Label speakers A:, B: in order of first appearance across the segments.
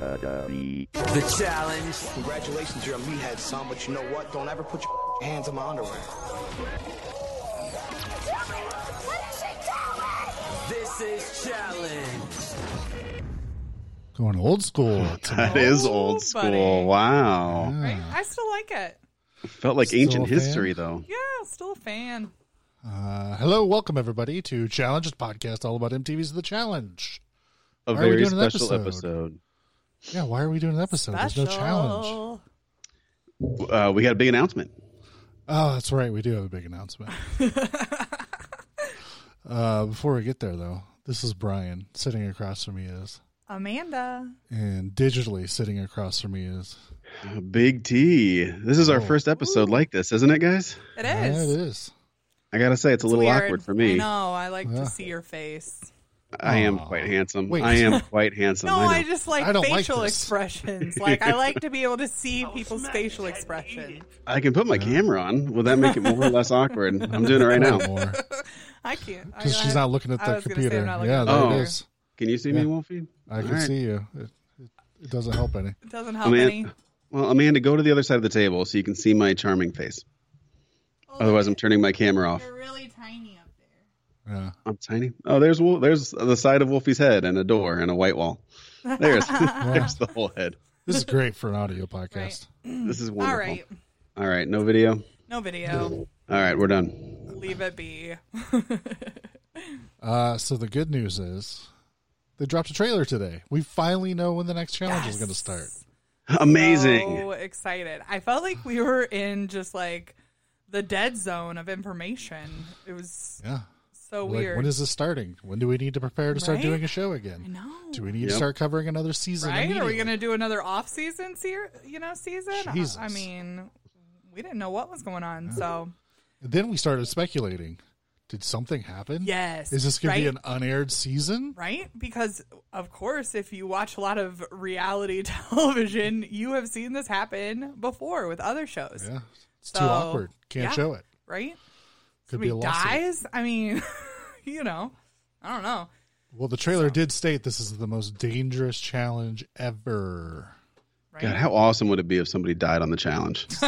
A: The challenge.
B: Congratulations, you're a meathead, son, but you know what? Don't ever put your hands on my underwear.
C: What is she doing?
A: This is challenge.
D: Going old school. It's
E: That is
F: Oh,
E: old school.
F: buddy.
E: Wow.
F: Right? I still like it.
E: Felt like
D: Still a
E: ancient
D: fan?
E: history, though.
F: Yeah, still a fan.
D: Uh, hello, welcome everybody to Challenges podcast, all about MTV's The Challenge.
E: A
D: Why are we
E: very
D: doing an
E: special
D: episode?
E: episode.
D: Yeah, why are we doing an episode? There's no challenge.
F: Special.
E: Uh, we got a big announcement.
D: Oh, that's right. We do have a big announcement. uh, before we get there, though, this is Brian sitting across from me is,
F: Amanda.
D: and digitally sitting across from me is.
E: Big T. This is
D: Oh.
E: our first episode like this, isn't it, guys?
F: It
D: Yeah, it
F: is.
D: is.
E: I gotta say, it's a little
F: weird.
E: awkward for
F: I
E: me. I,
F: know. I like
D: Yeah.
F: to see your face.
E: am
D: Aw.
E: quite handsome.
D: Wait.
E: I am quite handsome. I
F: No,
E: know.
F: I, just like
D: I don't like
F: facial
D: this.
F: expressions. Like I like to be able to see people's facial expression.
E: I can put my camera on. Will that make it more or less awkward? I'm doing it right now.
D: More.
F: I can't. I-
D: Because she's
F: I-
D: not looking at
F: I
D: the
F: was gonna say I'm
D: computer.
F: not looking
D: Yeah,
F: at
D: there
E: the
D: it
E: computer.
D: is.
E: Can you see me, Wolfie?
D: I
E: Oh.
D: can
E: All right.
D: see you. It, it, it doesn't help any.
F: It doesn't help any.
E: Amanda, well, Amanda, go to the other side of the table so you can see my charming face. Otherwise, I'm turning my camera off.
F: You're really tiny up there.
D: Yeah.
E: I'm tiny. Oh, there's Wol- there's the side of Wolfie's head and a door and a white wall. There's there's the whole head.
D: This is great for an audio podcast.
E: This is wonderful.
F: All right.
E: All right, no video. All
F: No video.
E: right, we're done.
F: Leave it be.
D: Uh, so the good news is they dropped a trailer today. We finally know when the next challenge is going to start.
E: Amazing.
F: So excited. I felt like we were in just like the dead zone of information. It was
D: Yeah.
F: so
D: Like,
F: weird.
D: when is this starting? When do we need to prepare to start
F: Right?
D: doing a show again?
F: no.
D: Do we need to
E: Yep.
D: start covering another season?
F: Right? Are we
D: immediately?
F: going to do another off season se- you know season? I-
D: Jesus.
F: I mean, we didn't know what was going on. So,
D: Then we started speculating. Did something happen?
F: yes.
D: Is this going to
F: right?
D: be an unaired season?
F: Right? Because, of course, if you watch a lot of reality television, you have seen this happen before with other shows,
D: Yeah. It's too
F: So,
D: awkward. Can't
F: yeah.
D: show it.
F: right?
D: Could
F: Somebody
D: be a lawsuit.
F: dies? I mean, you know, I don't know.
D: Well, the trailer did state this is the most dangerous challenge ever.
F: Right?
E: God, how awesome would it be if somebody died on the challenge?
D: If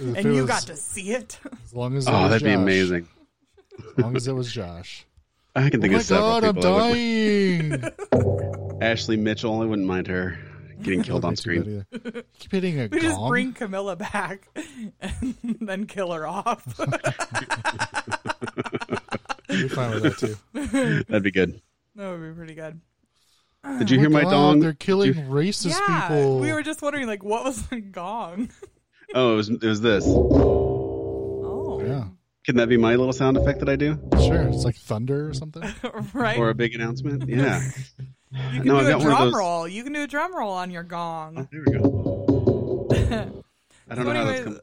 D: it
F: and you
D: was-
F: got to see it.
D: As long as it
E: Oh,
D: was
E: that'd be
D: Josh.
E: amazing.
D: As long as it was Josh.
E: I can
D: oh
E: think
D: my
E: of several
D: god, I'm
E: people. I would-
D: dying.
E: Ashley Mitchell. I wouldn't mind her getting killed on screen.
D: Keep hitting a
F: We just
D: gong.
F: bring Camilla back and then kill her off.
D: You're fine with that too.
E: That'd be good.
F: that would be pretty good.
E: Did you hear my
D: Oh God,
E: dong?
D: They're killing
E: Did you-
D: racist
F: yeah,
D: people.
F: we were just wondering, like, what was the gong?
E: Oh, it was, it was this.
F: Oh,
D: yeah,
E: Can that be my little sound effect that I do?
D: sure. It's like thunder or something.
F: right.
E: Or a big announcement? Yeah.
F: you can
E: no, I've got
F: do a
E: one of
F: drum
E: those-
F: roll. You can do a drum roll on your gong.
E: There we go. I don't know how that's
F: Anyways,
E: coming.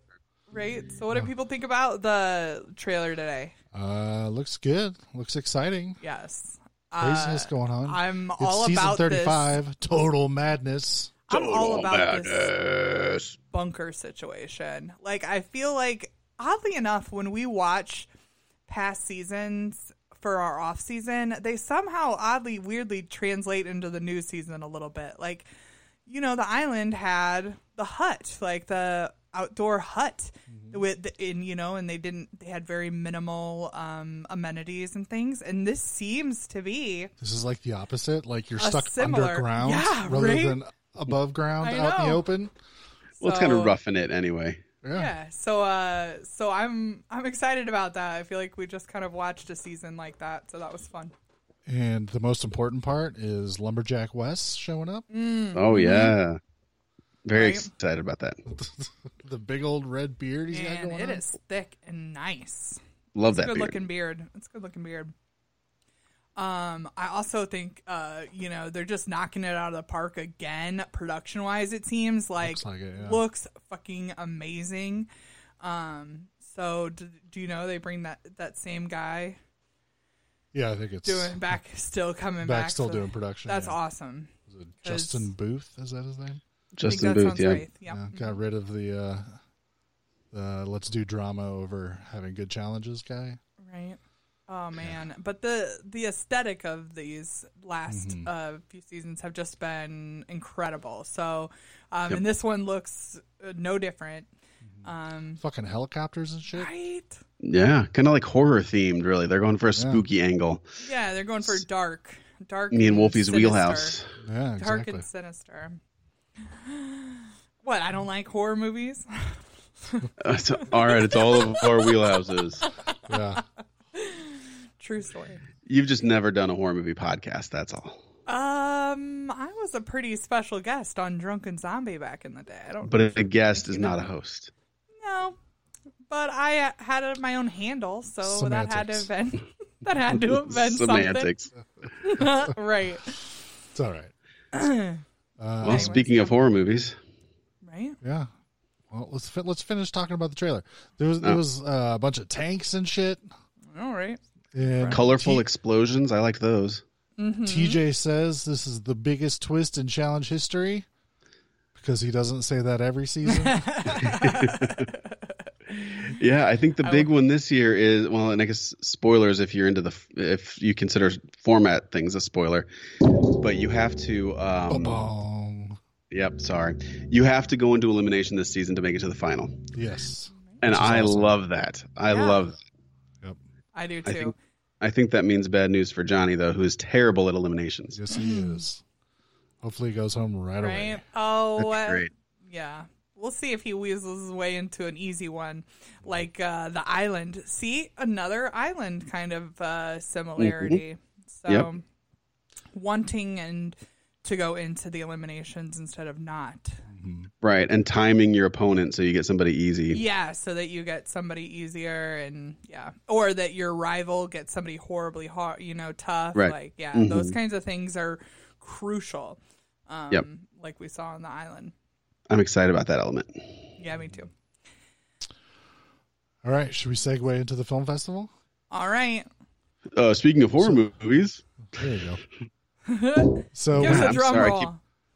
F: Right. So,
D: Oh.
F: what do people think about the trailer today?
D: Uh, looks good. Looks exciting.
F: Yes.
D: Craziness
F: Uh,
D: going on.
F: I'm
D: it's
F: all
D: season
F: about this.
D: 35. Total madness.
F: I'm all about this
E: madness.
F: bunker situation. Like, I feel like, oddly enough, when we watch past seasons for our off season, they somehow oddly, weirdly translate into the new season a little bit. Like, you know, the island had the hut, like the outdoor hut with in you know and they didn't they had very minimal um amenities and things and this seems to be
D: This is like the opposite. Like you're
F: A
D: stuck
F: similar-
D: underground
F: Yeah,
D: rather
F: right?
D: than above ground,
F: I
D: out in the
F: know.
D: open.
E: Well, it's kind
F: So-
E: of roughing it anyway.
D: Yeah.
F: Yeah. So uh so I'm I'm excited about that. I feel like we just kind of watched a season like that, so that was fun.
D: And the most important part is Lumberjack West showing up.
F: Mm.
E: Oh, yeah. Very
F: Mm-hmm. Right.
E: excited about that.
D: the big old red beard he's got
F: And
D: going
F: it
D: on.
F: is thick and nice.
E: Love
F: It's a
E: that
F: good
E: beard.
F: looking beard. It's a good looking beard. Um, I also think uh, you know, they're just knocking it out of the park again, production wise, it seems like,
D: Looks like it, yeah.
F: looks fucking amazing. Um so do, do you know they bring that that same guy
D: Yeah, I think it's
F: doing back still coming
D: back,
F: back,
D: still
F: so
D: doing production.
F: That's
D: yeah.
F: awesome.
D: Is it Justin Booth, is that his name?
E: Justin
F: I think that
E: Booth,
F: sounds
E: yeah.
F: right. Yeah.
D: Yeah, got rid of the uh, the let's do drama over having good challenges guy.
F: Right. Oh man, but the the aesthetic of these last uh, few seasons have just been incredible. So, um, and this one looks uh, no different,
D: Fucking helicopters and shit.
F: right?
E: Yeah, kind of like horror themed, really. They're going for a spooky angle.
F: Yeah, they're going for dark, dark.
E: Me and Wolfie's
F: sinister.
E: wheelhouse.
D: Yeah,
F: Dark
D: exactly.
F: and sinister. What? I don't like horror movies.
E: It's- all right, it's all of our wheelhouses.
D: Yeah.
F: True story.
E: You've just never done a horror movie podcast. That's all.
F: Um, I was a pretty special guest on Drunken Zombie back in the day. I don't
E: But a guest is not a host.
F: No, but I uh, had a, my own handle, so that had to have
D: Semantics.
F: been that had to have been
E: Semantics.
F: something, right?
D: It's all right.
E: well, speaking of horror movies,
F: Right?
D: Yeah. Well, let's fin- let's finish talking about the trailer. There was there was uh, a bunch of tanks and shit.
F: All right.
D: And
E: colorful
D: T-
E: explosions. I liked those.
F: Mm-hmm.
D: TJ says this is the biggest twist in challenge history because he doesn't say that every season.
E: Yeah, I think the big one this year is well, and I guess spoilers if you're into the if you consider format things a spoiler, but you have to.
D: Oh,
E: Um,
D: Bong.
E: yep, sorry, you have to go into elimination this season to make it to the final,
D: Yes.
E: and I love that. I
F: Yeah.
E: love.
D: Yep.
F: I do too.
E: I think I think that means bad news for Johnny though, who is terrible at eliminations.
D: Yes, he is. Hopefully, he goes home right,
F: right?
D: away.
F: Oh,
E: That's
F: uh,
E: great.
F: yeah. We'll see if he weasels his way into an easy one, like uh, the island. See another island kind of uh, similarity. So,
E: Mm-hmm. Yep.
F: wanting and to go into the eliminations instead of not.
E: Right, and timing your opponent so you get somebody easy.
F: Yeah, so that you get somebody easier and yeah, or that your rival gets somebody horribly hard, you know, tough.
E: Right.
F: Like, yeah, those kinds of things are crucial. Um,
E: Yep.
F: Like we saw on the island.
E: I'm excited about that element.
F: Yeah, me too.
D: All right. Should we segue into the film festival?
F: All right.
E: Uh, speaking of horror movies,
D: There you go. so
F: Give us
E: Yeah,
F: a
E: I'm
F: drum
E: sorry, I
F: roll.
E: keep-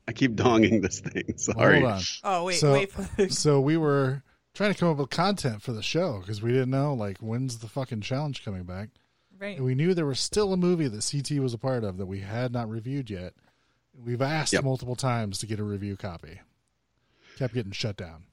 E: I keep donging this thing. Sorry.
D: hold on.
F: Oh, wait,
D: So-
F: wait. For the...
D: so we were trying to come up with content for the show because we didn't know like when's the fucking challenge coming back.
F: Right.
D: And we knew there was still a movie that CT was a part of that we had not reviewed yet. We've asked
E: Yep.
D: multiple times to get a review copy. Kept getting shut down.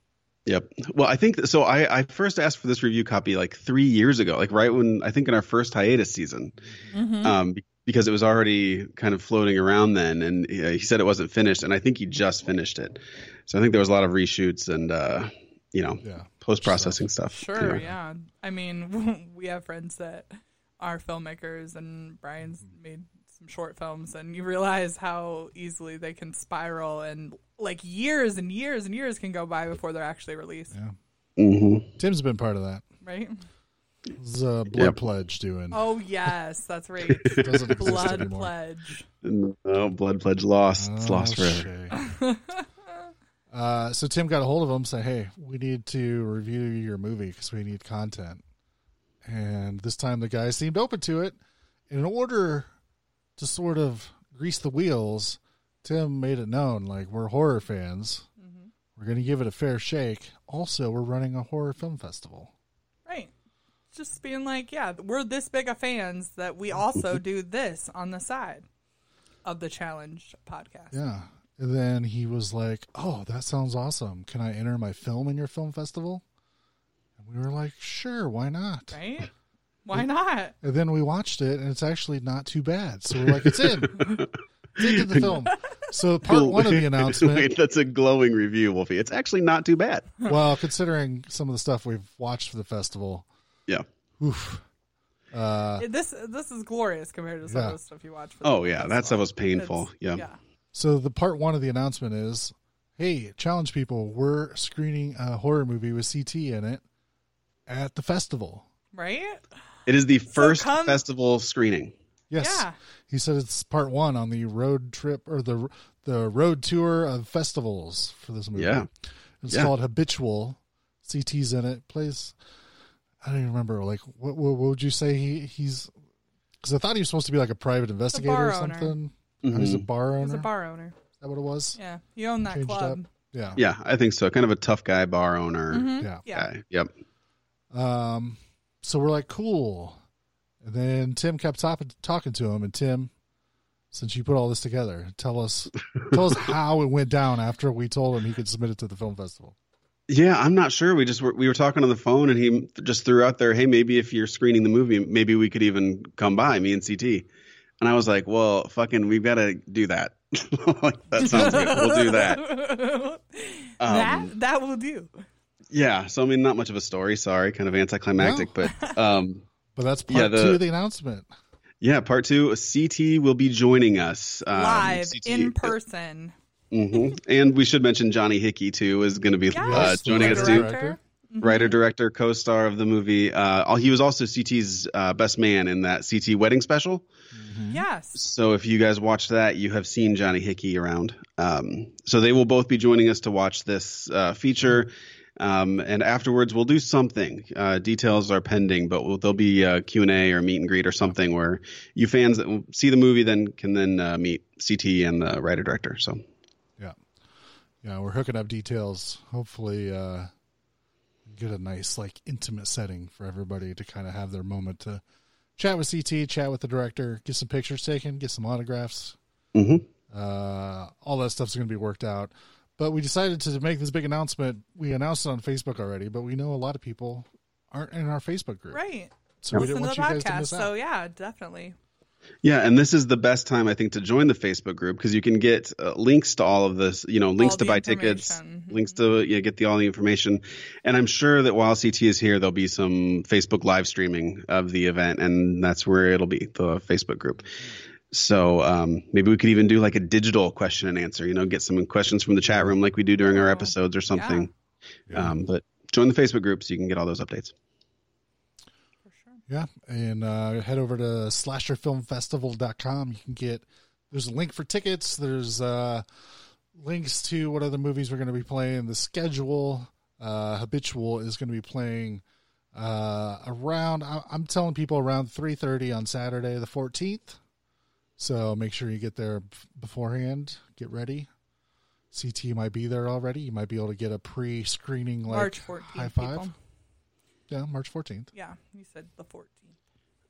E: Yep. Well, I think so. I, I first asked for this review copy like three years ago, like right when I think in our first hiatus season,
F: Mm-hmm.
E: um, be- because it was already kind of floating around then, and uh, he said it wasn't finished, and I think he just finished it. So I think there was a lot of reshoots and uh, you know
D: Yeah.
E: post processing stuff.
F: Sure,
E: Anyway.
F: yeah. I mean, we have friends that are filmmakers, and Brian's made some short films, and you realize how easily they can spiral, and like years and years and years can go by before they're actually released,
E: Mm-hmm.
D: Tim's been part of that.
F: right?
D: This is uh, Blood
E: Yep.
D: Pledge doing.
F: Oh, yes, that's right.
D: Doesn't exist
F: Blood
D: anymore.
F: Pledge.
E: Oh, blood pledge lost. it's lost
D: Oh,
E: forever.
D: shit. uh, so Tim got a hold of him, said, "Hey, we need to review your movie because we need content." And this time, the guy seemed open to it. In order to sort of grease the wheels, Tim made it known, like we're horror fans. We're going to give it a fair shake. Also, we're running a horror film festival.
F: Right. Just being like, yeah, we're this big of fans that we also do this on the side of the challenge podcast.
D: Yeah. And then he was like, "Oh, that sounds awesome. Can I enter my film in your film festival?" And we were like, "Sure, why not?"
F: Right? Why not?
D: And then we watched it, and it's actually not too bad. So we're like, "It's in, it's into the film." So part
E: Cool.
D: one of the
E: Wait,
D: announcement.
E: that's a glowing review, Wolfie. It's actually not too bad.
D: well, considering some of the stuff we've watched for the festival,
E: Yeah.
D: oof,
F: this this is glorious compared to some
D: Uh, Yeah.
F: of the stuff you watch. For the
E: Oh yeah, that stuff
F: festival.
E: was painful.
F: It's-
E: Yeah.
D: So the part one of the announcement is, hey, challenge people, we're screening a horror movie with CT in it at the festival.
F: Right?
E: It is the first
F: come-
E: festival screening.
D: Yes.
F: Yeah.
D: He said it's part one on the road trip or the the road tour of festivals for this movie.
E: Yeah.
D: It's
E: Yeah.
D: called Habitual. CT's in it. Plays. I don't even remember. Like, what what, what would you say he he's? Because I thought he was supposed to be like a private investigator
F: bar
D: or
F: owner.
D: something.
E: Mm-hmm.
D: Oh, he's a bar owner.
F: He's a bar owner.
D: Is that what it was?
F: Yeah. You own that
D: Changed
F: club.
D: up. Yeah.
E: Yeah, I think so. Kind of a tough guy bar owner
D: Yeah.
F: Mm-hmm. Yeah.
E: guy. Yep.
D: Um. So we're like, cool. And then Tim kept top- talking to him, and Tim, since you put all this together, tell us tell us how it went down after we told him he could submit it to the film festival.
E: Yeah, I'm not sure. We just were, we were talking on the phone, and he just threw out there, "Hey, maybe if you're screening the movie, maybe we could even come by me and CT." And I was like, "Well, fucking, we've got to do that. like, that sounds good. We'll do that." Um,
F: that that will do.
E: Yeah. So I mean, not much of a story. Sorry, kind of anticlimactic, but um,
D: But that's part
E: Yeah, the-
D: two of the announcement.
E: yeah. Part two, CT will be joining us um,
F: Live
E: CT
F: in person.
E: hmm And we should mention Johnny Hickey too is going to be uh,
F: Yes,
E: joining us too.
F: director.
E: Writer, director, co-star of the movie. Uh, he was also CT's uh, best man in that CT wedding special.
D: Mm-hmm.
F: Yes.
E: So if you guys watch that, you have seen Johnny Hickey around. Um, so they will both be joining us to watch this uh, feature. Um, and afterwards, we'll do something. Uh, details are pending, but we'll, there'll be a Q&A or meet and greet or something where you fans that see the movie then can then uh, meet CT and the writer director. So
D: Yeah. Yeah, we're hooking up details. Hopefully, uh, get a nice, like, intimate setting for everybody to kind of have their moment to chat with CT, chat with the director, get some pictures taken, get some autographs.
E: Mhm.
D: Uh, all that stuff's going to be worked out. But we decided to make this big announcement. We announced it on Facebook already, but we know a lot of people aren't in our Facebook group.
F: Right.
D: So we
F: Listen
D: didn't
F: to the
D: want you guys to
F: podcast.
D: miss out.
F: So yeah, definitely.
E: Yeah, and this is the best time I think to join the Facebook group because you can get uh, links to all of this, you know, links
F: All
E: to
F: the
E: buy tickets,
F: information. Mm-hmm.
E: links to yeah, get the all the information. And I'm sure that while CT is here, there'll be some Facebook live streaming of the event, and that's where it'll be the Facebook group. So um, maybe we could even do like a digital question and answer, you know, get some questions from the chat room like we do during our episodes or something. Um, but join the Facebook group so you can get all those updates.
D: Yeah, and uh, head over to slasherfilmfestival.com. You can get there's a link for tickets. There's uh, links to what other movies we're going to be playing. The schedule uh, habitual is going to be playing uh, around. I, I'm telling people around 3:30 on Saturday the 14th. So make sure you get there f- beforehand. Get ready. CT might be there already. You might be able to get a pre-screening like
F: March 14th.
D: high five.
F: people.
D: Yeah, March 14th.
F: Yeah, you said the 14th.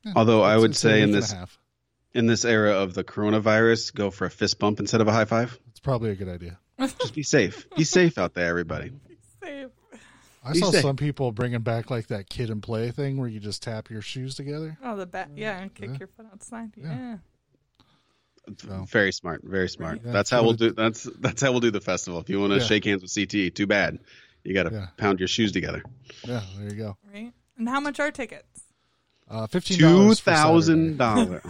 D: Yeah,
E: Although I
D: it's-
E: would
D: it's a
E: say
D: week
E: in
D: and a
E: this-
D: half.
E: In this era of the coronavirus, go for a fist bump instead of a high five.
D: It's probably a good idea.
E: just be safe. Be safe out there, everybody.
F: Save.
D: I
E: You
D: saw
E: say-
D: some people bringing back like that kid and play thing where you just tap your shoes together.
F: Oh, the bat. Yeah, and kick your foot outside. Yeah.
E: Very smart. Very smart.
D: Yeah,
E: That's how we'll
D: totally.
E: do. That's that's how we'll do the festival. If you want to
D: Yeah.
E: shake hands with CT, too bad. You got to
D: Yeah.
E: pound your shoes together.
D: Yeah, there you go.
F: Right. And how much are tickets?
D: Uh, fifteen
E: Two
D: dollars.
E: thousand dollars.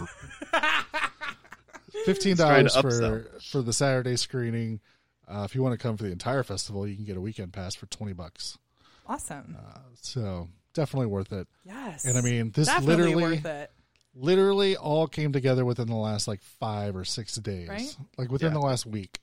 D: Fifteen
E: trying to
D: dollars for
E: upsell.
D: for the Saturday screening. Uh, if you want to come for the entire festival, you can get a weekend pass for twenty bucks.
F: Awesome.
D: So definitely worth it.
F: yes.
D: Uh, And I mean, this
F: definitely
D: literally-
F: worth it.
D: Literally, all came together within the last like five or six days,
F: Right?
D: like within
E: Yeah.
D: the last week.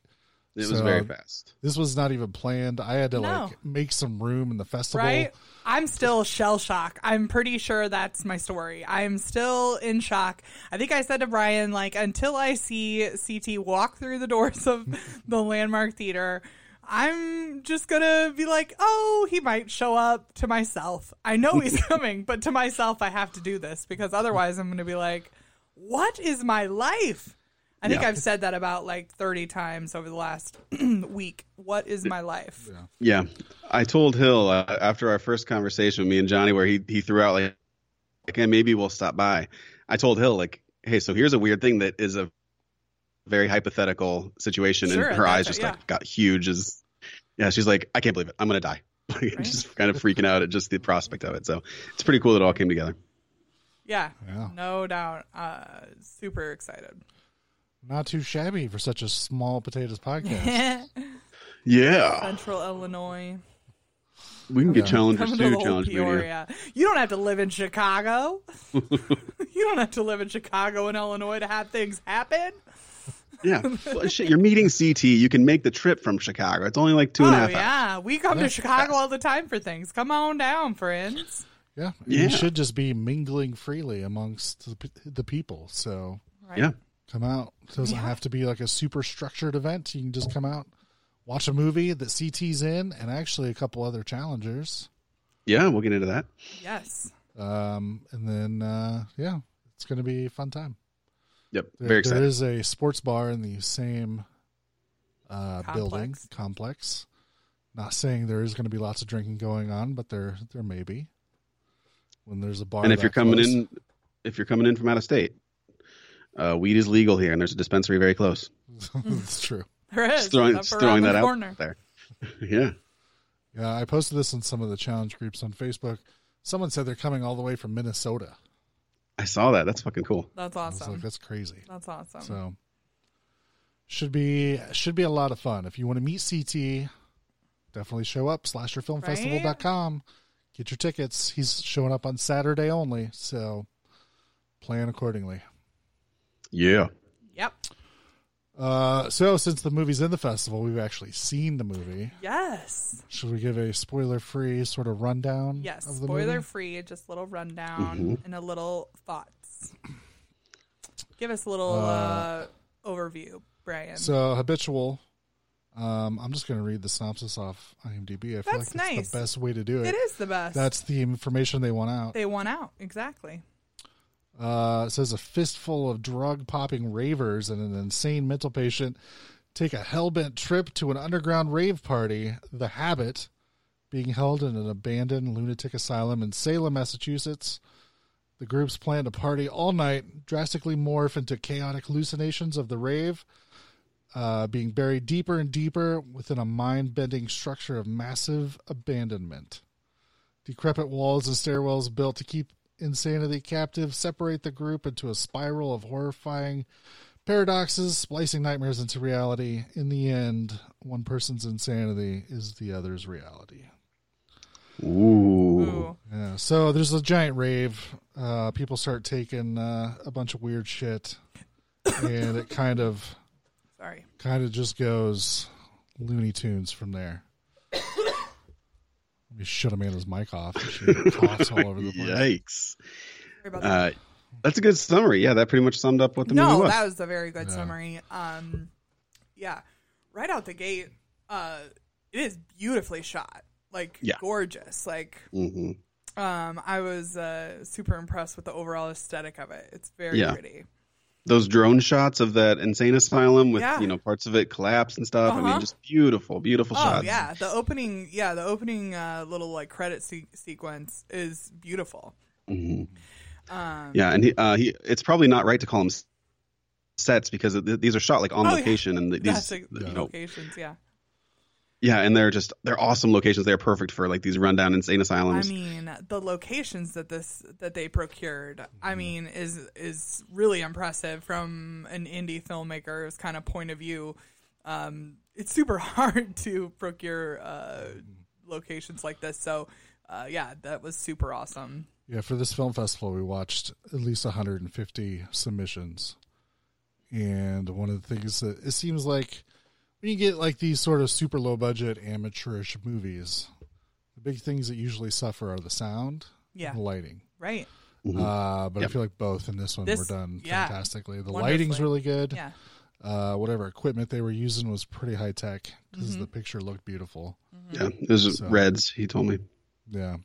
E: It was
D: So-
E: very fast.
D: This was not even planned. I had to
F: No.
D: like make some room in the festival.
F: Right? I'm still shell shock. I'm pretty sure that's my story. I'm still in shock. I think I said to Brian, like, until I see CT walk through the doors of the Landmark Theater, I'm just gonna be like, oh, he might show up to myself. I know he's coming, but to myself, I have to do this because otherwise, I'm gonna be like, what is my life? I think
E: Yeah.
F: I've said that about like 30 times over the last week. What is my life?
E: Yeah, I told Hill uh, after our first conversation with me and Johnny, where he he threw out like, "Okay, maybe we'll stop by." I told Hill like, "Hey, so here's a weird thing that is a very hypothetical situation,"
F: Sure,
E: and her eyes
F: that's
E: just
F: it, yeah.
E: like got huge. As yeah, she's like, "I can't believe it. I'm gonna die." Like, Just kind of freaking out at just the prospect of it. So it's pretty cool it all came together.
F: Yeah,
D: Yeah.
F: no doubt. Uh, super excited.
D: Not too shabby for such a small potatoes podcast.
E: Yeah,
F: Central Illinois.
E: we can get challengers
F: Coming to
E: too.
F: the whole
E: Challenge media.
F: Peoria. You don't have to live in Chicago. you don't have to live in Chicago and Illinois to have things happen.
E: Yeah, well, shit, you're meeting CT. You can make the trip from Chicago. It's only like two
F: Oh
E: and a half hours.
F: yeah, we come to Chicago all the time for things. Come on down, friends.
D: Yeah,
E: Yeah.
D: you should just be mingling freely amongst the, p- the people. So
F: Right.
E: Yeah.
D: come out. It doesn't have to be like a super structured event. You can just come out, watch a movie that CT's in, and actually a couple other challengers.
E: Yeah, we'll get into that.
F: Yes.
D: Um, and then uh, yeah, it's going to be a fun time.
E: Yep.
D: There-
E: Very excited.
D: There is a sports bar in the same uh, building
F: Complex.
D: complex. Not saying there is going to be lots of drinking going on, but there there may be. When there's a bar,
E: and if
D: that
E: you're coming
D: close.
E: in, if you're coming in from out of state, uh, weed is legal here, and there's a dispensary very close.
D: it's true.
F: There is
E: Just throwing,
F: up
E: just
F: around
E: throwing
F: the
E: that
F: corner.
E: out there. yeah.
D: Yeah, I posted this in some of the challenge groups on Facebook. Someone said they're coming all the way from Minnesota.
E: I saw that. That's fucking cool.
F: That's
D: I was
F: awesome.
D: like, that's crazy.
F: That's awesome.
D: So should be should be a lot of fun. If you want to meet CT, definitely show up. Slasherfilmfestival.com. Get your tickets. He's showing up on Saturday only, so plan accordingly.
E: Yeah.
F: Yep.
D: Uh, so since the movie's in the festival, we've actually seen the movie.
F: Yes.
D: Should we give a spoiler-free sort of rundown?
F: Yes.
D: of the
F: Spoiler
D: movie?
F: free, just a little rundown and a little thoughts. Give us a little uh, overview, Brian.
D: So habitual. Um, I'm just going to read the synopsis off IMDb. I feel
F: That's
D: like
F: nice.
D: it's the best way to do it.
F: it is the best.
D: That's the information they want out.
F: they won out exactly.
D: Uh, it says a fistful of drug popping ravers and an insane mental patient take a hell bent trip to an underground rave party. The habit being held in an abandoned lunatic asylum in Salem, Massachusetts. The groups plan to party all night, drastically morph into chaotic hallucinations of the rave, uh, being buried deeper and deeper within a mind bending structure of massive abandonment. Decrepit walls and stairwells built to keep insanity captive separate the group into a spiral of horrifying paradoxes, splicing nightmares into reality. In the end, one person's insanity is the other's reality.
E: Ooh.
F: Ooh.
D: Yeah, so there's a giant rave. Uh, people start taking uh, a bunch of weird shit, and it kind of
F: Sorry.
D: kind of just goes Looney Tunes from there. Let me shut Amanda's mic off. She coughs all over the place.
E: Yikes.
F: Sorry about that.
E: Uh, that's a good summary. Yeah, that pretty much summed up what the
F: no,
E: movie was.
F: that was a very good
D: Yeah.
F: summary. Um, yeah, right out the gate, uh, it is beautifully shot, like
E: Yeah.
F: gorgeous. Like,
E: hmm
F: um, I was uh, super impressed with the overall aesthetic of it. It's very
E: Yeah.
F: pretty.
E: Those drone shots of that insane asylum with
F: Yeah.
E: you know parts of it collapse and stuff. I
F: Uh-huh.
E: mean, just beautiful, beautiful
F: Oh
E: shots.
F: yeah, the opening, yeah, the opening uh, little like credit se- sequence is beautiful.
E: Mm-hmm.
F: Um,
E: Yeah, and he, uh, he, it's probably not right to call them s- sets because th- these are shot like on
F: Oh, yeah.
E: location, and th- these,
F: That's a,
E: you know,
F: locations, yeah.
E: yeah, and they're just they're awesome locations. They're perfect for like these rundown insane
F: I
E: asylums.
F: mean, the locations that this that they procured,
E: Mm-hmm.
F: I mean, is is really impressive from an indie filmmaker's kind of point of view. Um, it's super hard to procure uh,
E: Mm-hmm.
F: locations like this, so uh, yeah, that was super awesome.
D: Yeah, for this film festival, we watched at least 150 submissions. And one of the things that it seems like when you get like these sort of super low budget amateurish movies, the big things that usually suffer are the sound
F: Yeah.
D: and lighting.
F: Right?
D: Uh, but
E: Yep.
D: I feel like both in this one
F: This-
D: were done
F: yeah.
D: fantastically. The
F: Wonderfully.
D: lighting's really good.
F: Yeah.
D: Uh, whatever equipment they were using was pretty high tech because
F: Mm-hmm.
D: the picture looked beautiful.
E: Yeah, it was
D: So-
E: Reds. He told me.
D: Yeah.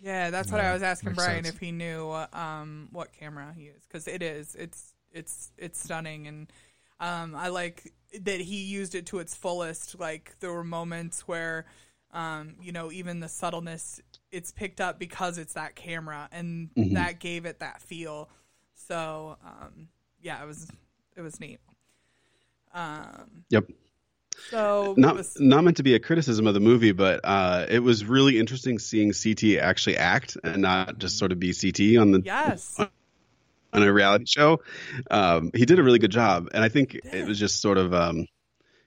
F: Yeah, that's what I was asking
D: makes
F: Brian
D: sense.
F: if he knew um, what camera he used because it is it's it's it's stunning and um, I like that he used it to its fullest. Like there were moments where um, you know even the subtleness it's picked up because it's that camera and that gave it that feel. So um, yeah, it was it was neat.
E: Yep.
F: So
E: Not
F: bes-
E: not meant to be a criticism of the movie, but uh, it was really interesting seeing CT actually act and not just sort of be CT on the
F: yes,
E: on a reality show. Um, he did a really good job, and I think it was just sort of, um,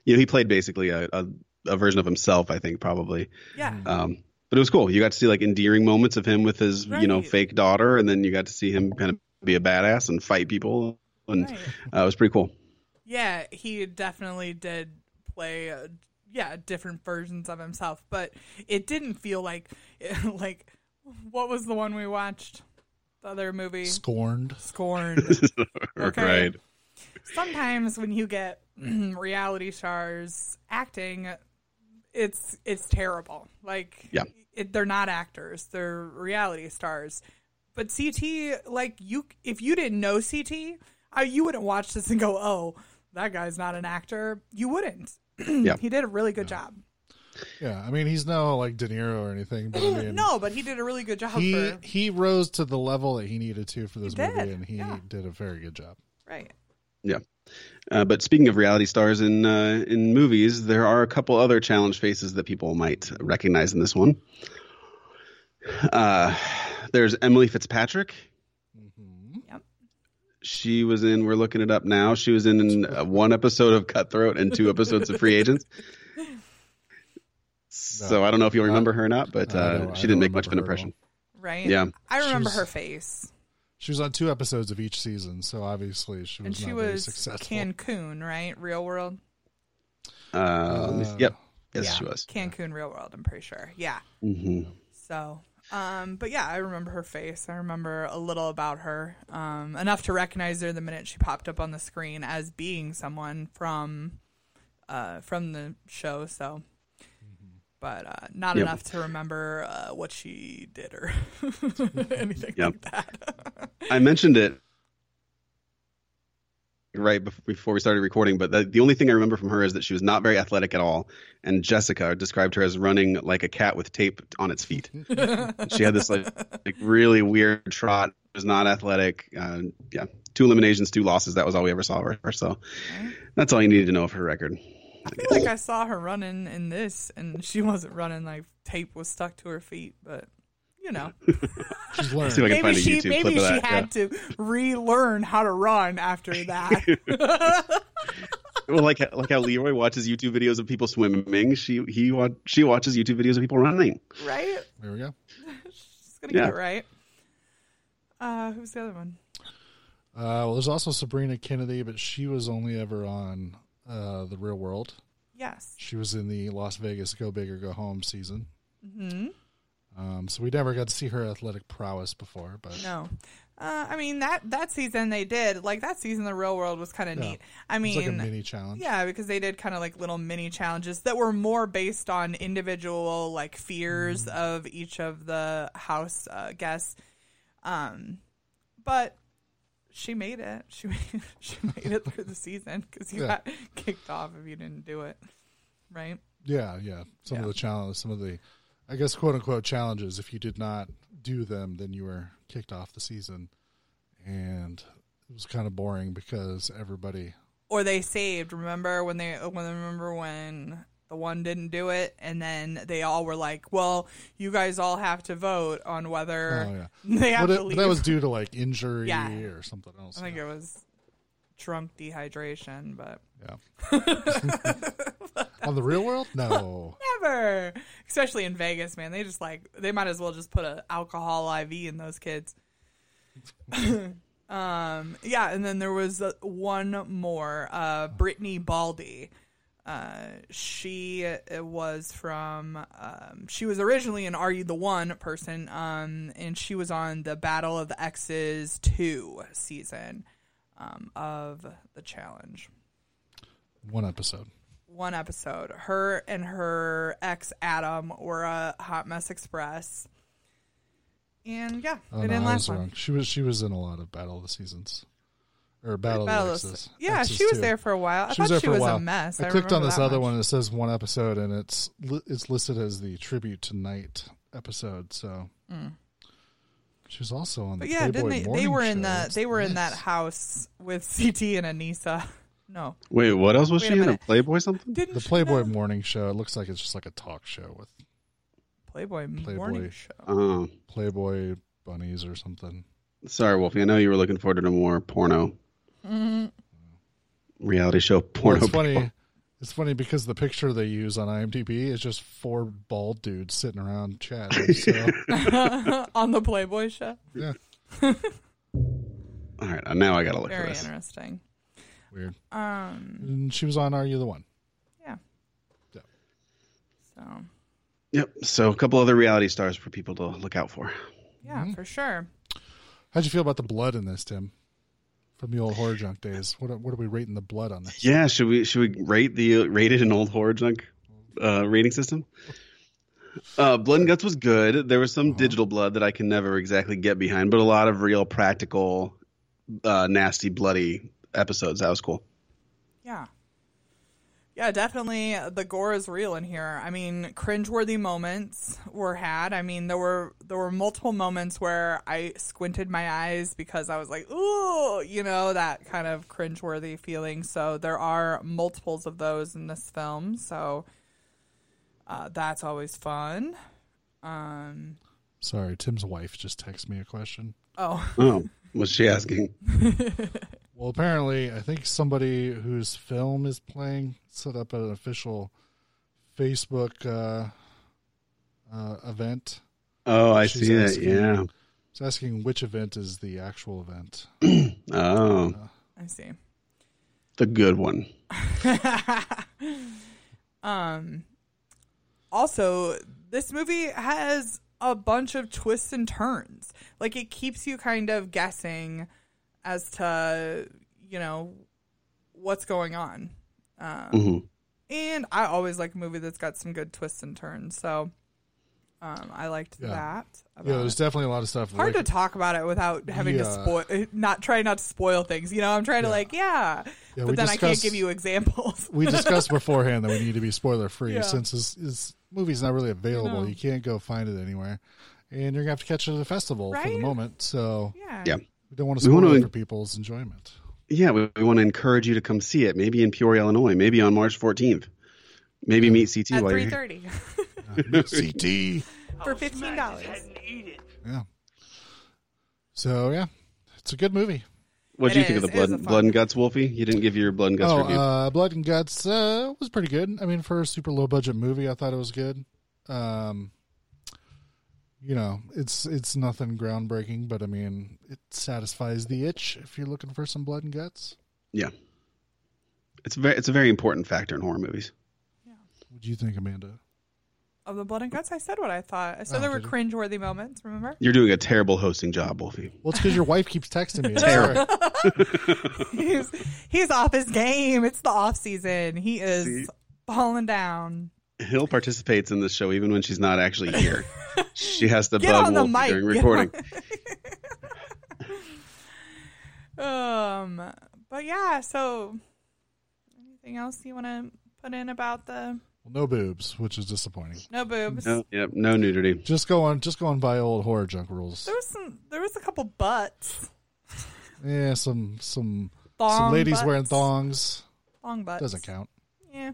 E: you know, he played basically a, a, a version of himself. I think probably,
F: yeah,
E: um, but it was cool. You got to see like endearing moments of him with his, you know,
F: Right.
E: fake daughter, and then you got to see him kind of be a badass and fight people, and
F: Right.
E: uh, it was pretty cool.
F: Yeah, he definitely did play, uh, yeah, different versions of himself, but it didn't feel like, like, what was the one we watched? The other movie,
D: Scorned.
F: Scorn. Okay.
E: Right.
F: Sometimes when you get reality stars acting, it's it's terrible. Like,
E: Yeah.
F: it, they're not actors; they're reality stars. But CT, like you, if you didn't know CT, uh, you wouldn't watch this and go, "Oh, that guy's not an actor." You wouldn't.
E: Yeah.
F: He did a really good job.
D: Yeah, I mean he's no like De Niro or anything, but I mean,
F: No, but he did a really good job.
D: he
F: Oh, for,
D: he rose to the level that he needed to for this
F: He
D: movie,
F: did,
D: and he
F: yeah.
D: did a very good job.
F: right.
E: Yeah. Uh, but speaking of reality stars in uh, in movies, there are a couple other challenge faces that people might recognize in this one. Uh, there's Emily Fitzpatrick.
D: Mm-hmm.
F: Yep.
E: She was in. We're looking it up now. She was in uh, one episode of Cutthroat and two episodes of Free Agents. So I don't know if you'll remember her or not, but
D: I
E: uh,
D: don't- I
E: she didn't
D: don't
E: make much of an
D: remember her at
E: impression.
F: Right.
E: Yeah.
F: I remember
D: She's-
F: her face,
D: She was on two episodes of each season, so obviously she was
F: and
D: not
F: she
D: very
F: was
D: successful.
F: Cancun, right? Real World.
E: Uh, let me see. yep. Yes,
F: yeah. Mm-hmm.
E: she was.
F: Cancun Real World, I'm pretty sure. Yeah.
E: hmm
F: So, um, but yeah, I remember her face. I remember a little about her, um, enough to recognize her the minute she popped up on the screen as being someone from, uh, from the show. So, but uh, not
E: Yep.
F: enough to remember uh, what she did or anything like
E: Yep.
F: that.
E: I mentioned it right bef- before we started recording, but the, the only thing I remember from her is that she was not very athletic at all. And Jessica described her as running like a cat with tape on its feet. she had this like, like really weird trot. Was not athletic. Uh, yeah, two eliminations, two losses. That was all we ever saw of her. So that's all you needed to know of her record.
F: I feel like I saw her running in this, and she wasn't running like tape was stuck to her feet, but you know.
D: She's learned.
E: See if I can
F: maybe
E: find a
F: she
E: YouTube
F: maybe
E: clip of
F: she
E: that. yeah.
F: had to relearn how to run after that.
E: well, like like how Leroy watches YouTube videos of people swimming. She he wa- she watches YouTube videos of people running.
F: right?
D: There we go.
F: She's gonna get
E: Yeah.
F: it right. Uh, who's the other one?
D: Uh, well, there's also Sabrina Kennedy, but she was only ever on uh, the Real World.
F: Yes.
D: She was in the Las Vegas Go Big or Go Home season. Mm-hmm. Um, so we never got to see her athletic prowess before, but
F: No. Uh, I mean that that season they did like that season the real world was kind of neat. I
D: it's like a
F: mean,
D: mini challenge.
F: yeah, because they did kind of like little mini challenges that were more based on individual like fears
D: Mm-hmm.
F: of each of the house uh, guests. Um, but she made it. She made, she made it through the season because you
D: Yeah.
F: got kicked off if you didn't do it, right?
D: yeah, yeah. Some of
F: Yeah.
D: the challenges, some of the, I guess, quote unquote challenges. If you did not do them, then you were kicked off the season, and it was kind of boring because everybody.
F: or they saved. Remember when they when remember when the one didn't do it, and then they all were like, "Well, you guys all have to vote on whether
D: Oh yeah,
F: they have
D: but, it-
F: to
D: but
F: leave."
D: that was due to like injury
F: Yeah. Oh
D: or something else.
F: I think
D: yeah.
F: it was drunk dehydration, but
D: on the Real World, no.
F: never, especially in Vegas, man. They just like they might as well just put an alcohol IV in those kids. um, yeah, and then there was uh, one more, uh, Brittany Baldy. Uh, she uh, was from. Um, she was originally an Are You the One person, um, and she was on the Battle of the X's two season um, of the challenge
D: One episode.
F: one episode. Her and her ex Adam were a hot mess express, and yeah,
D: Oh,
F: they
D: no,
F: didn't
D: I was
F: last
D: wrong.
F: long.
D: She was she was in a lot of Battle of the Seasons, or Battle,
F: Battle
D: of the Exes.
F: yeah,
D: Exes
F: she was
D: too.
F: there for a while. I
D: She
F: thought
D: was there
F: she
D: for
F: was
D: a while.
F: a mess.
D: I, clicked on
F: remember
D: this
F: that
D: other
F: much.
D: one and it says one episode, and it's li- it's listed as the tribute to night episode. So she was also on
F: Mm. But
D: the
F: yeah,
D: Playboy
F: didn't they? They
D: morning
F: were in
D: show.
F: the
D: What's
F: they were in that
D: this?
F: house with CT and Anissa. No,
E: Wait, what else was
F: Wait a
E: she in? A
F: minute.
E: Playboy something?
F: didn't
D: The
F: she-
D: Playboy
F: no.
D: morning show. It looks like it's just like a talk show with
F: Playboy
D: Playboy.
F: morning show.
E: Oh,
D: Playboy bunnies or something.
E: sorry, Wolfie. I know you were looking forward to more porno.
F: Mm-hmm.
E: Reality show
D: Well,
E: porno.
D: it's funny.
E: people.
D: It's funny because the picture they use on IMDb is just four bald dudes sitting around chatting. So
F: on the Playboy show.
D: yeah,
E: All right, now I gotta look
F: Very
E: for this.
F: interesting.
D: weird.
F: Um,
D: And she was on Are You the One?
F: yeah.
D: Yeah.
F: So.
E: Yep. So a couple other reality stars for people to look out for.
F: Yeah,
D: Mm-hmm.
F: for sure.
D: How'd you feel about the blood in this, Tim? From the old horror junk days. What are, what are we rating the blood on this?
E: Yeah. Should we should we rate the uh, rated an old horror junk uh, rating system? Uh, blood and guts was good. There was some digital blood that I can never exactly get behind, but a lot of real practical, uh, nasty, bloody episodes. That was cool.
F: Yeah. Yeah, definitely the gore is real in here. I mean, cringeworthy moments were had. I mean, there were there were multiple moments where I squinted my eyes because I was like, "Ooh," you know, that kind of cringeworthy feeling. So there are multiples of those in this film. So uh, that's always fun. Um,
D: Sorry, Tim's wife just texted me a question.
F: oh,
E: Oh, was she asking?
D: Well, apparently, I think somebody whose film is playing set up an official Facebook uh, uh, event.
E: Oh, I
D: She's
E: see it.
D: asking.
E: Yeah.
D: It's asking which event is the actual event.
E: Oh,
F: I see.
E: the good one.
F: also, this movie has a bunch of twists and turns. Like it keeps you kind of guessing as to, you know, what's going on. Um,
E: hmm
F: And I always like a movie that's got some good twists and turns. So um, I liked
D: Yeah.
F: that. About
D: Yeah, there's
F: it.
D: definitely a lot of stuff.
F: Hard
D: like-
F: to talk about it without having to
D: Yeah.
F: spoil, not try not to spoil things. You know, I'm trying to like, yeah,
D: Yeah, we
F: but then I can't
D: discussed-
F: give you examples.
D: we discussed beforehand that we need to be spoiler free
F: Yeah.
D: since this, this movie's not really available. You can't go find it anywhere, and you're gonna have to catch it at a festival for the
F: Right?
D: moment. So
E: Yeah.
D: we don't want to
E: We
D: spoil
E: wanna-
D: it for people's enjoyment.
E: Yeah, we, we want to encourage you to come see it. Maybe in Peoria, Illinois. Maybe on March 14th. Maybe meet CT
F: At
E: while
F: three
E: you're here.
F: thirty
D: CT.
F: for fifteen dollars.
D: Yeah. So yeah, it's a good movie.
E: What do you
F: It
E: think of
F: is.
E: the
F: It is
E: blood,
F: a fun-
E: blood and guts, Wolfie? You didn't give your blood and guts
D: oh,
E: review.
D: uh, Blood and Guts uh, was pretty good. I mean, for a super low budget movie, I thought it was good. Um, you know, it's it's nothing groundbreaking, but I mean, it satisfies the itch if you're looking for some blood and guts.
E: yeah, it's very it's a very important factor in horror movies.
D: What do you think, Amanda?
F: of the blood and guts. I said what I thought. I said
D: Oh,
F: there were
D: did you?
F: cringeworthy moments. Remember?
E: You're doing a terrible hosting job, Wolfie.
D: Well, it's because your wife keeps texting me.
E: Terrible.
F: he's he's off his game. It's the off season. He is falling down.
E: Hill participates in this show even when she's not actually here. she has to
F: Get
E: bug
F: on the
E: Wolfie
F: mic,
E: during
F: get on-
E: recording.
F: Um, but yeah. So, anything else you want to put in about the
D: Well, no boobs, which is disappointing.
F: no boobs?
E: No, Oh, yep, no nudity.
D: Just go on, just go on by old horror junk rules.
F: There was some. There was a couple butts.
D: Yeah, some some
F: Thong
D: some ladies
F: butts.
D: wearing thongs
F: Long butts
D: doesn't count.
F: Yeah.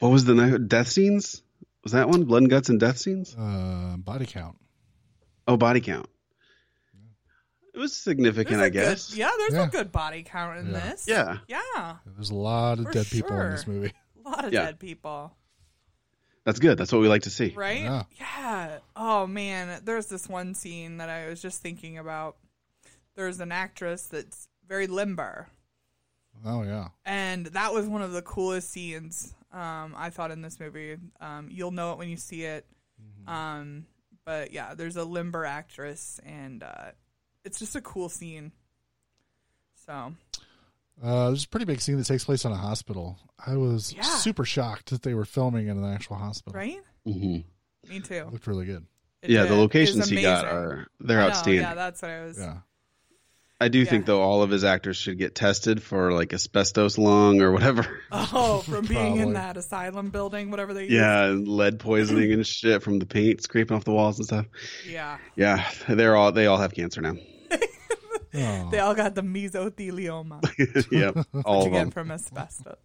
E: What was the ni- death scenes? Was that one blood and guts and death scenes?
D: Uh, body count.
E: Oh, body count. It was significant,
F: There's
E: I
F: a good-
E: guess.
F: yeah. There's
D: Yeah.
F: a good body count in
D: Yeah.
F: this.
E: Yeah.
F: Yeah.
D: There's a lot of
F: For
D: dead people in this
F: sure.
D: movie.
F: A lot of
E: Yeah.
F: dead people.
E: that's good. That's what we like to see.
F: right?
D: Yeah.
F: Yeah. Oh man, there's this one scene that I was just thinking about. There's an actress that's very limber,
D: Oh yeah.
F: and that was one of the coolest scenes um, I thought in this movie. Um, you'll know it when you see it. Um, but yeah, there's a limber actress, and uh, it's just a cool scene. So
D: Uh, there's a pretty big scene that takes place on a hospital. I was
F: Yeah.
D: super shocked that they were filming in an actual hospital.
F: right,
E: hmm
F: me
D: It
F: too.
D: looked really good.
F: It
E: Yeah,
F: did.
E: the
F: It was
E: locations he got
F: amazing.
E: are they're
F: I know,
E: outstanding.
F: Yeah, that's what I was.
D: Yeah.
E: I do think
F: Yeah.
E: though all of his actors should get tested for like asbestos lung or whatever.
F: Oh, from being
D: Probably.
F: in that asylum building, whatever they
E: yeah, and lead poisoning and shit from the paint scraping off the walls and stuff.
F: use. Yeah.
E: Yeah, they're all they all have cancer now.
D: Oh,
F: They all got the mesothelioma
E: yep, all
F: to
E: of them.
F: get from asbestos.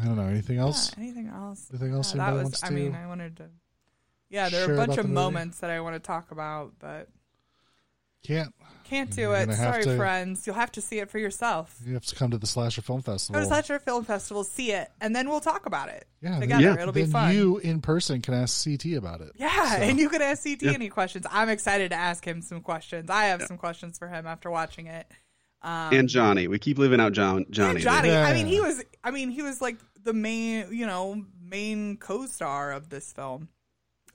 D: I don't know anything else.
F: Yeah, Ah, anything else?
D: Anything else
F: Yeah, that
D: anybody
F: was.
D: wants
F: I
D: to
F: mean, I wanted to. Yeah,
D: share
F: there are a
D: about
F: bunch
D: the
F: of
D: movie?
F: moments that I want to talk about, but
D: Can't
F: can't do
D: You're
F: it.
D: gonna have
F: Sorry,
D: to-
F: friends. You'll have to see it for yourself.
D: you have to come to the slasher film festival?
F: Go to Slasher Film Festival, see it, and then we'll talk about it
D: yeah, then-
F: together.
E: Yeah.
F: It'll be
D: then
F: fun.
D: You in person can ask CT about it.
F: yeah, and you can ask CT any questions. I'm excited to ask him some questions. I have some questions for him after watching it.
E: and Johnny, we keep leaving out John Johnny.
F: um, And Johnny, I mean,
D: Yeah.
F: he was. I mean, he was like the main, you know, main co-star of this film.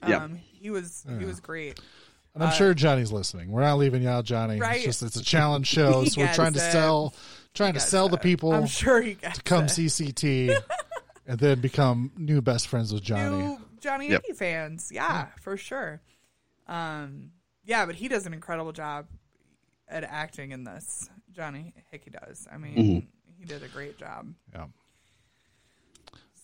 F: Um,
E: Yeah.
F: he was. He was great.
D: And I'm sure Johnny's listening. We're not leaving you out, Johnny.
F: Right.
D: It's just it's a challenge show.
F: He
D: so we're trying to
F: gets it.
D: sell, trying to sell the people
F: I'm sure he got
D: to come see CT. and then become new best friends with Johnny.
F: new Johnny
E: Yep.
F: Indie fans. Yeah, for sure. Um, yeah, but he does an incredible job at acting in this. Johnny Hickey does. I mean,
E: Mm-hmm.
F: he did a great job.
D: Yeah.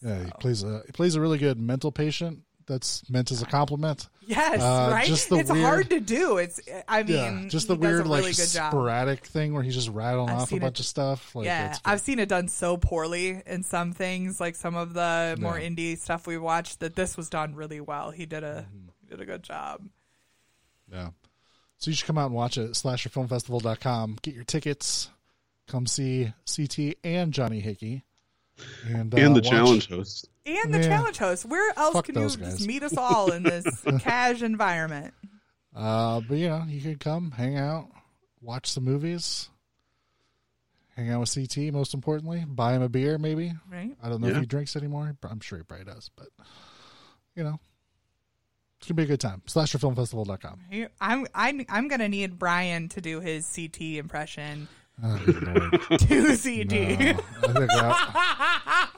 D: Yeah, he plays a he plays a really good mental patient. That's meant as a compliment.
F: Yes,
D: Uh,
F: right.
D: just the
F: it's
D: weird-
F: hard to do. It's I mean,
D: Yeah, just the
F: he does
D: weird
F: a really
D: like
F: good job.
D: sporadic thing where he's just rattling
F: I've
D: off a
F: seen it.
D: bunch of stuff. Like,
F: yeah,
D: it's-
F: I've seen it done so poorly in some things, like some of the more
D: Yeah.
F: indie stuff we watched. That this was done really well. He did a
D: Mm-hmm.
F: he did a good job.
D: yeah. So you should come out and watch it. Slasherfilmfestival.com. Get your tickets. Come see CT and Johnny Hickey. And, uh,
E: and the
D: watch-
E: challenge host.
F: And the
D: Yeah.
F: challenge host. Where else
D: Fuck
F: can you
D: those
F: just
D: guys.
F: meet us all in this cash environment?
D: Uh, but you know, you could come, hang out, watch some movies, hang out with CT. Most importantly, buy him a beer, maybe.
F: Right?
D: I don't know if
E: Yeah.
D: he drinks anymore. but I'm sure he probably does, but you know, it's gonna be a good time. Slasherfilmfestival.com.
F: Here- I'm I'm I'm gonna need Brian to do his CT impression
D: Oh, Lord.
F: to CD.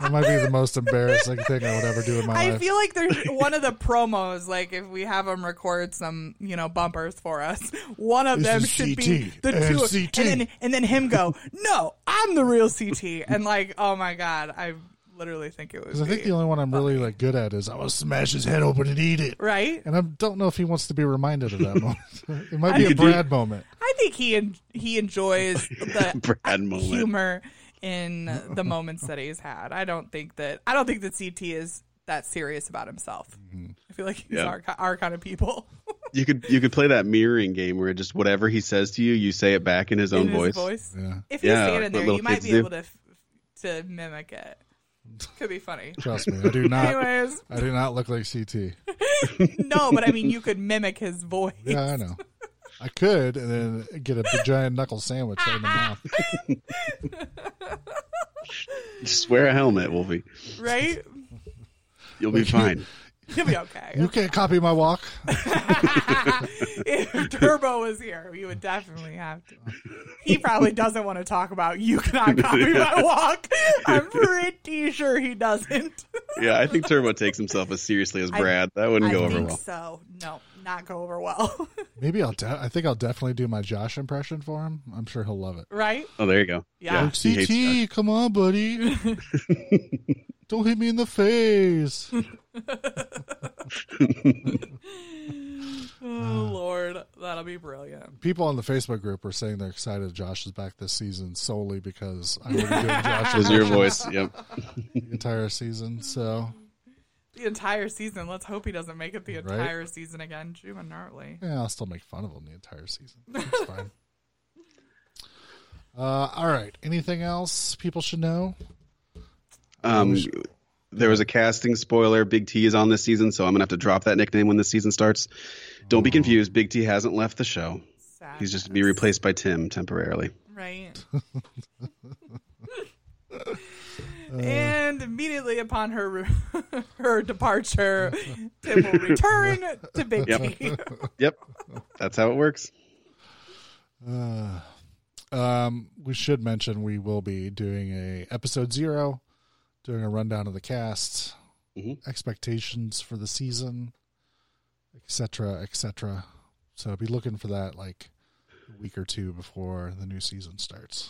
D: No, I think that, that might be the most embarrassing thing I would ever do in my
F: I
D: life.
F: feel like there's one of the promos, like if we have them record some, you know, bumpers for us, one of
D: This
F: them
D: is
F: should be
D: CT,
F: the
D: and
F: two,
D: CT.
F: and then and then him go, no, I'm the real CT, and like, oh my god, I literally think it was.
D: 'Cause I think the only one I'm really like good at is I will smash his head open and eat it.
F: right.
D: And I don't know if he wants to be reminded of that moment. It might be a
E: could do-
D: Brad moment.
F: I think he en- he enjoys the
E: Brad moment.
F: humor in the moments that he's had. I don't think that I don't think that CT is that serious about himself.
D: Mm-hmm.
F: I feel like he's
E: Yeah.
F: our, ki- our kind of people.
E: You could you could play that mirroring game where just whatever he says to you, you say it back in his own
F: in
E: voice.
F: His voice.
D: Yeah.
F: If you're
E: Yeah,
F: standing
E: like
F: there,
E: little
F: you might
E: kids
F: be
E: do.
F: able to f- to mimic it. Could be funny.
D: Trust me, I do not.
F: Anyways,
D: I do not look like CT.
F: no, but I mean, you could mimic his voice.
D: Yeah, I know. I could, and then get a big giant knuckle sandwich right in the mouth.
E: Just wear a helmet, Wolfie.
F: right?
E: You'll be fine.
F: You'll be okay.
D: You can't copy my walk.
F: if Turbo was here, we would definitely have to. He probably doesn't want to talk about you cannot copy my walk. I'm pretty sure he doesn't.
E: Yeah, I think Turbo takes himself as seriously as
F: I-
E: Brad. that wouldn't
F: I
E: go over
F: think
E: well.
F: so. No, not go over well.
D: Maybe I'll. De- I think I'll definitely do my Josh impression for him. I'm sure he'll love it.
F: right?
E: Oh, there you go.
F: Yeah. Like
E: he hates Josh.
D: CT, come on, buddy. Don't hit me in the face.
F: Oh,
D: Uh.
F: Lord. That'll be brilliant.
D: People on the Facebook group are saying they're excited Josh is back this season solely because I will be doing Josh
E: Is your voice? Yep.
D: the entire season. So
F: The entire season. Let's hope he doesn't make it the
D: Right?
F: entire season again. Juman Nartley.
D: yeah, I'll still make fun of him the entire season. It's fine. Uh, all right. Anything else people should know?
E: Um, there was a casting spoiler. Big T is on this season, so I'm gonna have to drop that nickname when the season starts. Don't be confused. Big T hasn't left the show.
F: Sad.
E: He's just to be replaced by Tim temporarily.
F: Right. and immediately upon her re- her departure, Tim will return to Big
E: Yep.
F: T.
E: Yep, that's how it works.
D: Uh, Um, we should mention we will be doing a episode zero, doing a rundown of the cast,
E: Mhm.
D: expectations for the season, etc., cetera, etc. Cetera. So be looking for that like a week or two before the new season starts.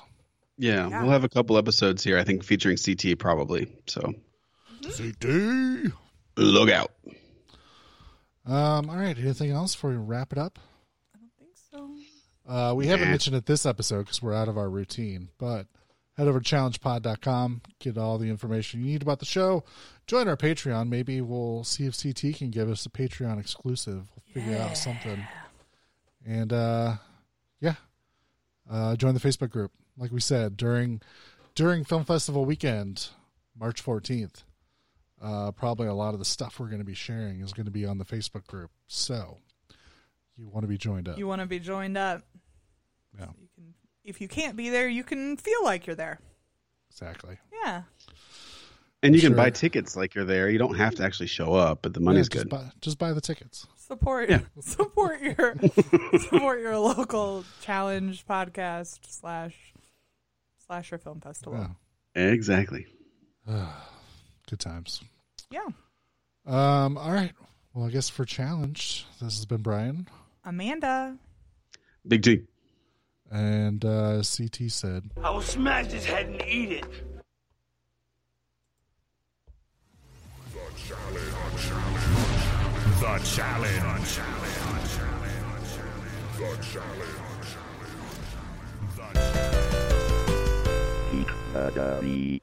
E: Yeah,
F: Yeah.
E: we'll have a couple episodes here. I think featuring CT probably. So
D: CD.
E: look out.
D: Um. All right. Anything else before we wrap it up?
F: Think so.
D: Uh, we haven't mentioned it this episode because we're out of our routine, but head over to challengepod.com, get all the information you need about the show, join our Patreon. Maybe we'll see if CT can give us a Patreon exclusive. We'll figure out something. And uh, yeah, uh, join the Facebook group. Like we said, during during Film Festival weekend, March 14th, uh, probably a lot of the stuff we're going to be sharing is going to be on the Facebook group. So you want to be joined up.
F: You want to be joined up.
D: Yeah.
F: You can, if you can't be there, you can feel like you're there.
D: exactly.
F: Yeah.
E: And you can
D: Sure.
E: buy tickets like you're there. You don't have to actually show up, but the money's
D: Yeah,
E: good.
D: Just buy, just buy the tickets.
F: Support support your support your local challenge podcast
E: Oh,
F: slash slash your film festival.
D: Yeah.
E: Exactly.
D: Good Good times.
F: Yeah.
D: Um, all right. Well, I guess for challenge, this has been Brian
F: Amanda.
E: Big G.
D: and uh, CT said.
A: I will smash his head and eat it.
G: The challenge. The challenge. The challenge.
H: Geek Academy.